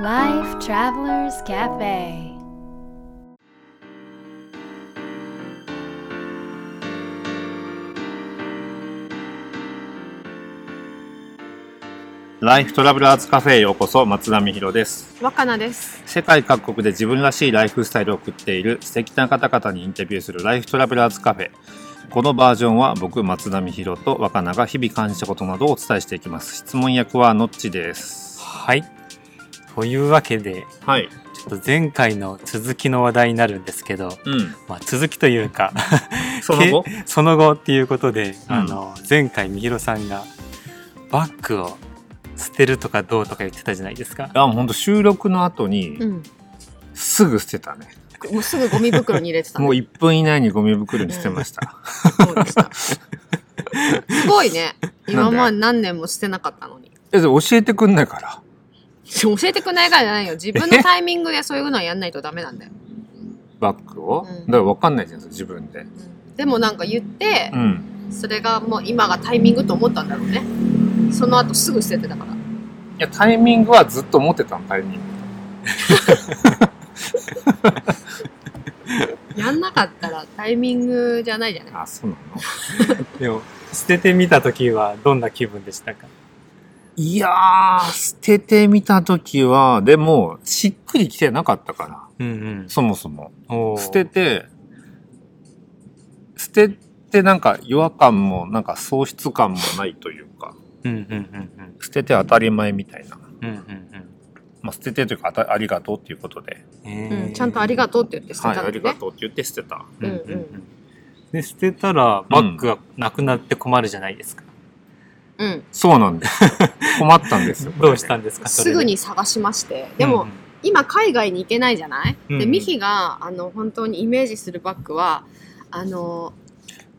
Life Travelers Cafe ライフトラベラーズカフェへようこそ松並博です若菜です。世界各国で自分らしいライフスタイルを送っている素敵な方々にインタビューするライフトラベラーズカフェこのバージョンは僕松並博と若菜が日々感じたことなどをお伝えしていきます質問役はのっちですはい。というわけで、はいちょっと前回の続きの話題になるんですけど、うんまあ、続きというか、その後け その後っていうことで、うんあの、前回みひろさんがバッグを捨てるとかどうとか言ってたじゃないですか。あ本当収録の後にうん。すぐ捨てたね、もうすぐゴミ袋に入れてた、ね。もう1分以内にゴミ袋に捨てました、 そうで した。すごいね。今なまんで何年もしてなかったのに。えで教えてくんないから教えてくれないからじゃないよ。自分のタイミングでそういうのはやんないとダメなんだよ。バッグを、うんだから分かんないじゃないですか自分ででもなんか言ってう、んそれがもう今がタイミングと思ったんだろうね。その後すぐ捨ててたから。いやタイミングはずっと持ってたのタイミングやんなかったらタイミングじゃないじゃない。あそうなのでも、捨ててみた時はどんな気分でしたかいやー、捨ててみたときは、でも、しっくりきてなかったから、うんそもそも。うん。おー捨てて、捨ててなんか違和感も、なんか喪失感もないというか、うんうんうん捨てて当たり前みたいな。うん。うんうんまあ、捨ててというか、あたありがとうっていうことで、うん。えうーん、ちゃんとありがとうって言って捨てはい、たあんだりね。がとうって言って捨てた。うんうんうんうんで捨てたらバッグがなくなって困るじゃないですか、うん。そうなん です。困ったんですよ。これどねうしたんですかそすれぐでに探しまして。でも、今海外に行けないじゃない、うんうでんミヒがあの本当にイメージするバッグはあの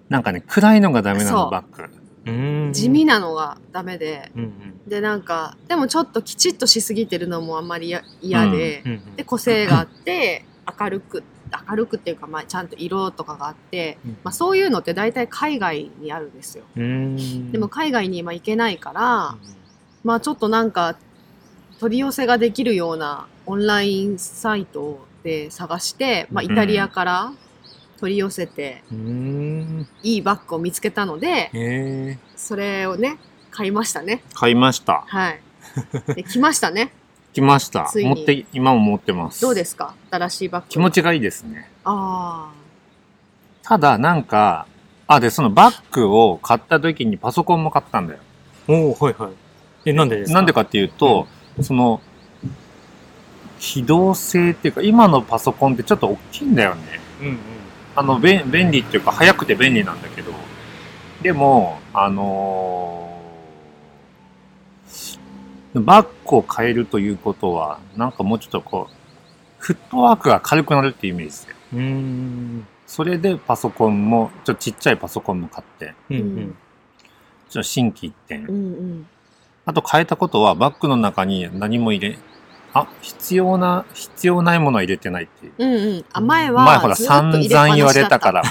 なんかね、暗いのがダメなその、うバッグ。うんうん地味なのがダメで、うんうんでなんかでもちょっときちっとしすぎてるのもあんまりや嫌で、うんで個性があって明るく明るくっていうか、まあ、ちゃんと色とかがあって、うんまあ、そういうのって大体海外にあるんですよ。うんでも海外に今行けないから、まあちょっとなんか取り寄せができるようなオンラインサイトで探して、まあ、イタリアから取り寄せてうんいいバッグを見つけたのでえそれをね買いましたね買いました。 はいで来ましたね来ました。ついに持って、今も持ってます。どうですすか新しいバッグ気持ちがいいですね。あただ、なんか、あ、で、そのバッグを買った時にパソコンも買ったんだよ。おおはいはいえなんでですかなんでかっていうと、その、機動性っていうか、今のパソコンってちょっと大きいんだよね。うんうんあの、便便利っていうか、早くて便利なんだけど、でも、あのーバッグを変えるということは、なんかもうちょっとこう、フットワークが軽くなるっていうイメージだよ。うーんそれでパソコンも、ちょっとちっちゃいパソコンも買って、うんううんんちょっと新規一点あう。んうんあと変えたことは、バッグの中に何も入れ、あ、必要な、必要ないものは入れてないっていう。うんうんあ前は前ほらずっと散入れっぱな々し言われだったから、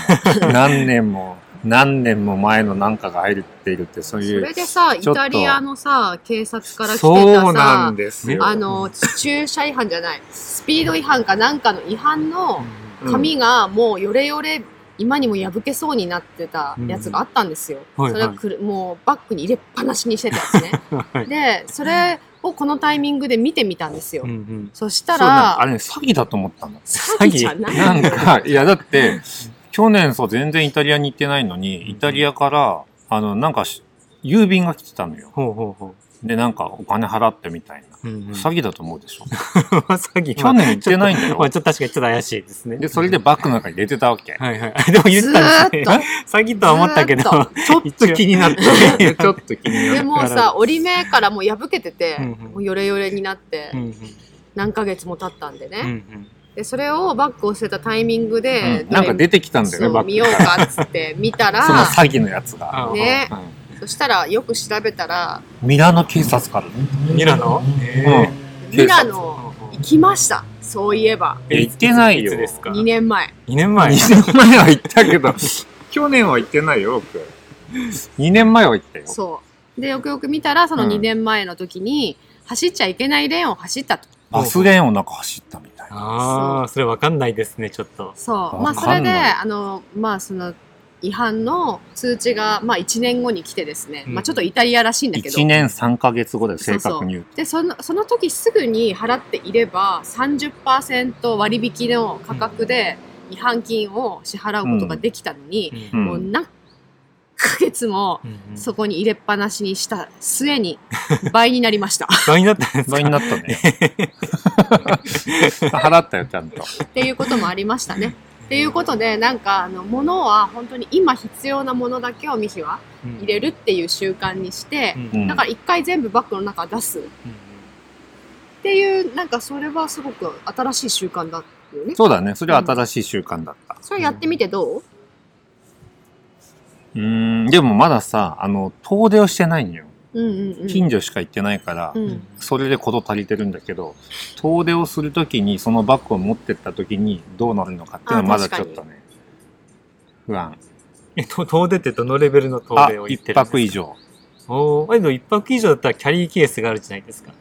何年も、何年も前のなんかが入っているって、そうそいう。れでさイちょっとタリアのさ警察から来てたさそうなんですよ。あの、駐車違反じゃない、スピード違反かなんかの違反のうん紙がもうよれよれ、今にも破けそうになってたやつがあったんですよ。うんはいそれをくるもうバッグに入れっぱなしにしてたやつ ね。はいで、それをこのタイミングで見てみたんですよ。うんうんそしたそうなんあら、れね、詐欺だと思ったの。詐欺じゃないなんか、いや、だって、去年そう、全然イタリアに行ってないのに、イタリアから、あの、なんかし、郵便が来てたのよ。ほうほうほで、なんか、お金払ってみたいな。ううんうん詐欺だと思うでしょ。 詐欺去年行ってないんだ ちょよっとまあちょっと確かにちょっと怪しいですねで、それでバッグの中に入れてたわ け。はいはいでも言ったん ですずーね詐欺とは思ったけどずーちょっと気になった。ちょっと気になっでもうだからさ、折り目からもう破けてて、うんうんもうよれよれになって、うんうん何ヶ月も経ったんでね。うんうんで、それをバッグを捨てたタイミンた。グで、うんなんか出てきたんだよね、そバう見ッグよがうかっつって見たらその詐欺のやつが。あーねうそしたらよく調べたらんミラノ警察からね。ミラノえミラーノほうほう行きましたそういえばいや行ってないよいつですか2年前二年前2年前は行ったけど、 去年は行ってないよ、僕。2年前は行ったよ。そうでよくよく見たらそのうん2年前の時に、走っちゃいけないレーンを走ったとほうバスレーンをなんか走ったみたいな。ああ、それわかんないですね、ちょっと。そう。わまあ、そわかれで、んないあの、まあ、その、違反の通知が、まあ、1年後に来てですね、うんまあ、ちょっとイタリアらしいんだけど、 1年3ヶ月後で正確に言うで、その、その時すぐに払っていれば、30%割引の価格で違反金を支払うことができたのに、うんもう何ヶ月も、そこに入れっぱなしにした末に、 倍になりました。 倍になったんですか倍になったね。払ったよ、ちゃんと。っていうこともありましたね。っていうことで、なんか、あの、物は本当に今必要なものだけをミヒは入れる。るっていう習慣にして、うんだから一回全部バッグの中出すっうんていう、なんかそれはすごく新しい習慣だったよね。そうだね。それは新しい習慣だった。それやってみてどううーん、でもまださ、あの、遠出をしてないのよ。うんうんうん。近所しか行ってないから、ううんん。それで事足りてるんだけど、遠出をするときに、そのバッグを持ってったときにどうなるのかっていうのはまだあちょっ確かとね、不安。え、と遠出ってどのレベルの遠あ、出を言っ一てるんですか泊以上。おーあでも一泊以上だったらキャリーケースがあるじゃないですか。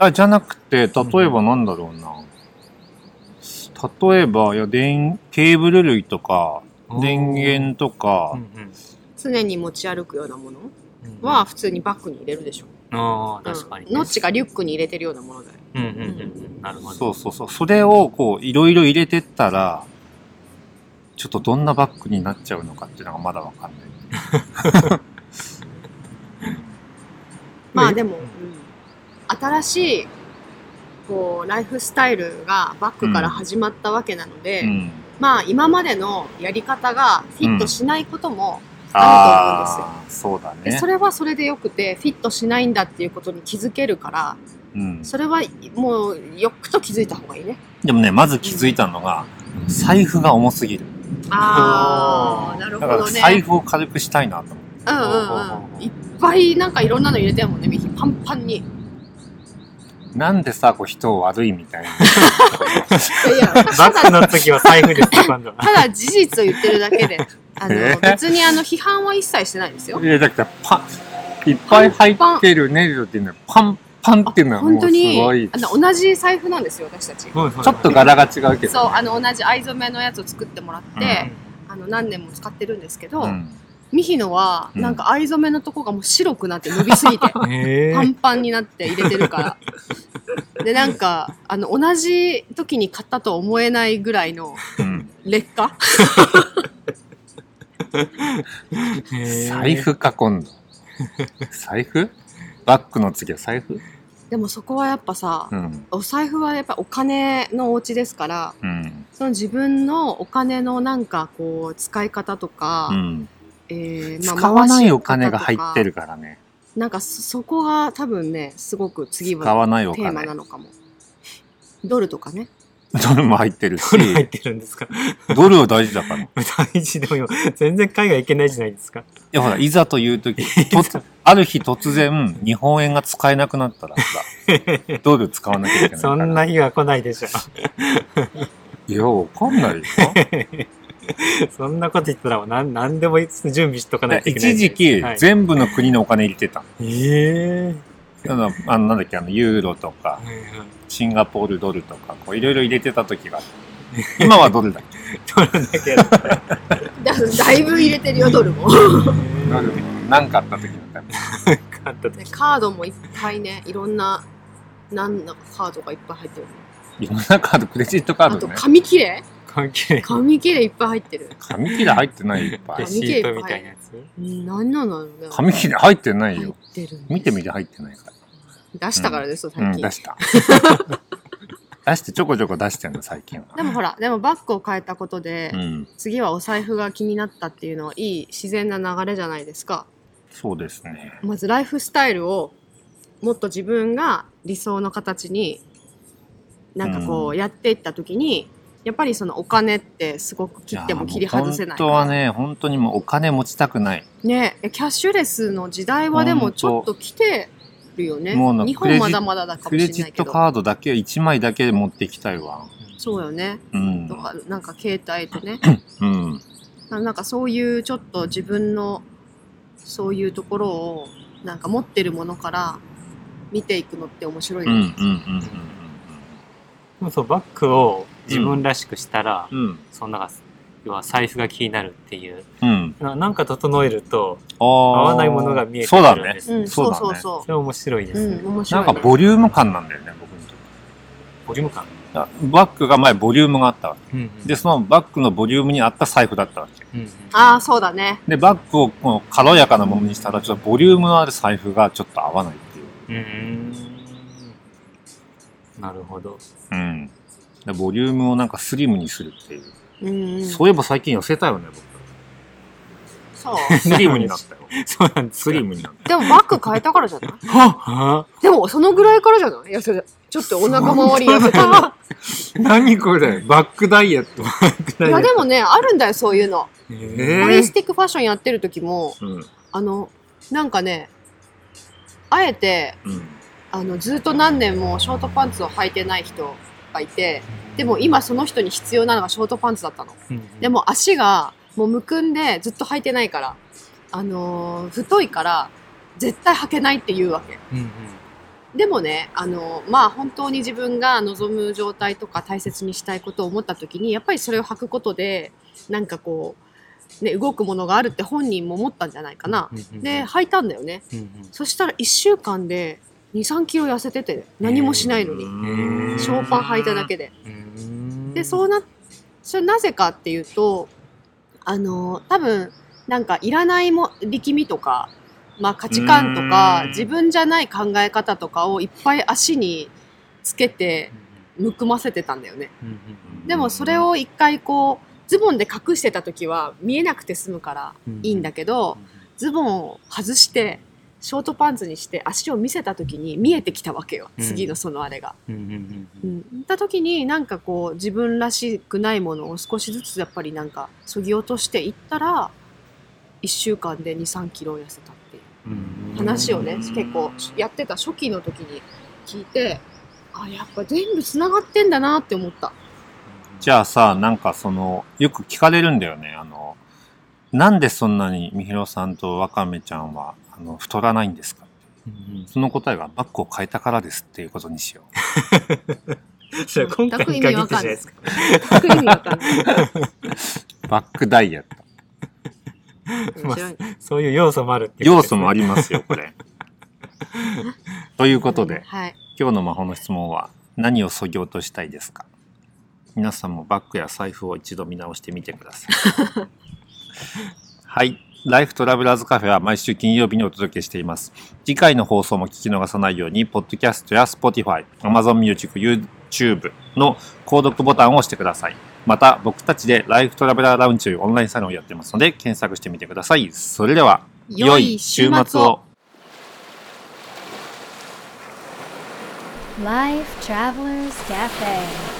あ、じゃなくて、例えばなんだろうな。例えば、いや、電、ケーブル類とか、電源とうかん、うん常に持ち歩くようなものうんうんは普通にバッグに入れるでしょ。ああ、確かにうん。ノッチがリュックに入れてるようなものだよ。うんうんうんうん。なるほど。そうそうそう。それを、こう、いろいろ入れてったら、ちょっとどんなバッグになっちゃうのかっていうのがまだわかんない。まあでも、うんうん新しいこうライフスタイルがバッグから始まったわけなので、うん。まあ今までのやり方がフィットしないことも、あると思あー、そうだでねそ。れはそれでよくてフィットしないんだっていうことに気づけるからうん。それはもうよくと気づいた方がいいね。でもね、まず気づいたのが、財布が重すぎる。ああなだるほからどね。財布を軽くしたいなと思って。うんうんうん。いっぱいなんかいろんなの入れてるもんねミヒパンパンに。なんでさ、こう人を悪いみたいな。いやいやバッグの時は財布ですよ、今度 は。ただ事実を言ってるだけであの、えー別にあの批判は一切してないですよい。や、だからパン、いっぱい入ってるネイルっていうのは、パンパンっていうのは本もう当すにごい。あちの同じ財布なんですよ私たち。ょっと柄が違うけそうどね。あの同じ藍染めのやつを作ってもらって、あの何年も使ってるんですけど、うんミヒノはうんなんか藍染めのとこがもう白くなって伸びす ぎて、へえパンパンになって入れてるから。でなんかあの同じ時に買ったとは思えないぐらいのうん劣化。財布か、今度。財布バッグの次は財布でもそこはやっぱさ、うん。お財布はやっぱお金のお家ですから。うん。その自分のお金のなんかこう使い方とか、うん。えーまあ使わないお金が回入し方とかってるからね。なんかそそこが多分ねすごく次使はわないおテーマな金。のかもドルとかねドルも入ってるし、入ってるんですか ドルは大事だから。い大事でも今、全然海外行けないじゃないですか。や、ほら、いざという時、とつある日突然、日本円が使えなくなったら さ、ドル使わなきゃいけないかそら。んな日は来ないでしょ。いや、わかんない よ。そんなこと言ったら、なんなんでも準備しとかないといけない。一時期、はい全部の国のお金入れてた。えあの、あのなんだっけ、あの、ユーロとえか、シンガポールドルとか、こう、いろいろ入れてた時があった。今はドルだっけ取らなきゃだったら。 だだいぶ入れてるよドルもドルな。なんかあった時だった。かった時。カードもいっぱいねいろんななんだかカードがいっぱい入ってるいろんなカード、クレジットカーあドとね。紙切れ関係ない。紙切れいっぱい入ってる紙切れ入ってないいっぱいレ紙。シ切れいっーぱいトみたいなやつ。うん何なのね紙切れ入ってない入っよ。てるんです見てみて入ってないか出したからですよら。う最ん、出近、した。 出して、ちょこちょこ出してんの、最近は。でもほらでもバッグを変えたことで、うん。次はお財布が気になったっていうのはいい自然な流れじゃないですかそうですね。まずライフスタイルをもっと自分が理想の形になんかこううやっていった時に、やっぱりそのお金ってすごく切っても切り外せないいやもう本当はね、本当にもうお金持ちたくない。ねえキャッシュレスの時代はでもちょっと来てるよねもうな日クレ本ジまだまだだかクもレしれジないッけトどカードだけ1枚だけ持ってきたいわ。そうよね、うんと。かなんか携帯と ねうん。なんかそういうちょっと自分のそういうところをなんか持ってるものから見ていくのって面白いうんうんです、うんでもそうバッグを自分らしくしたら、うんうんそんなが要は財布が気になるっていううんななんか整えると合合わないものが見えてくそうだるんでねすうん、そそううだねそうそそれは面白いでう。すうね、ん、面白、ないんね。かボリューム感なんだよね僕にとってボリューム感、あバッグが前ボリュームがあったわけでそのバッグのボリュームに合った財布だったわけうんうんああ、そうだね。でバッグをこの軽やかなものにしたらちょっとボリュームのある財布がちょっと合わないっていううーんなるほどうんでボリュームをなんかスリムにするっていう、うん、うん。そういえば最近痩せたよね 僕そう。スリムになったよそうなんですスリムになったでもバッグ変えたからじゃないはでもそのぐらいからじゃない痩せたちょっとお腹周り痩せたの。何これバックダイエットいやでもね、あるんだよ、そういうの。ええーホリスティックファッションやってる時も、うんあの、なんかね、あえて、うんあの、ずっと何年もショートパンツを履いてない人がいて、でも今その人に必要なのがショートパンツだったの。でも足がもうむくんでずっと履いてないから、あのー太いから絶対履けないって言うわけ。うんうんでもね、あのまあ、本当に自分が望む状態とか大切にしたいことを思った時にやっぱりそれを履くことでなんかこう、ね、動くものがあるって本人も思ったんじゃないかな。うんうんで履いたんだよね。うんうんそしたら1週間で23キロ痩せてて何もしないのにうんショーパン履いただけで。うーんでそうなそれなぜかっていうとあの多分なんかいらないも力みとか、まあ、価値観とかうん自分じゃない考え方とかをいっぱい足につけてむくませてたんだよねうんうんでもそれを一回こうズボンで隠してた時は見えなくて済むからうんいいんだけどズボンを外してショートパンツにして足を見せた時に見えてきたわけようん次のそのあれが。うんうんううんん、行った時になんかこう自分らしくないものを少しずつやっぱりなんかそぎ落としていったら1週間で2 3キロ痩せたっていううん話をね結構やってた初期の時に聞いてあやっぱ全部つながってんだなって思った。じゃあさ、なんかその、よく聞かれるんだよね。あの、なんでそんなにみひろさんとわかめちゃんは、あの、太らないんですかうんうんその答えがバッグを変えたからですっていうことにしよう。それ今回に限ってじゃないですか全く意味わかん ない。 バッグダイエット。面白いねそういう要素もあるっていう要ことです素ねもありますよ、こ れ。ということで、はい。今日の魔法の質問は、何をそぎ落としたいですか皆さんもバッグや財布を一度見直してみてください。 はい。ライフトラベラーズカフェは毎週金曜日にお届けしています。次回の放送も聞き逃さないように、ポッドキャストや Spotify、Amazon Music、YouTube の購読ボタンを押してください。また、僕たちでライフトラベラーラウンジというオンラインサロンをやってますので、検索してみてください。それでは、良い週末を。 Life Travelers Cafe.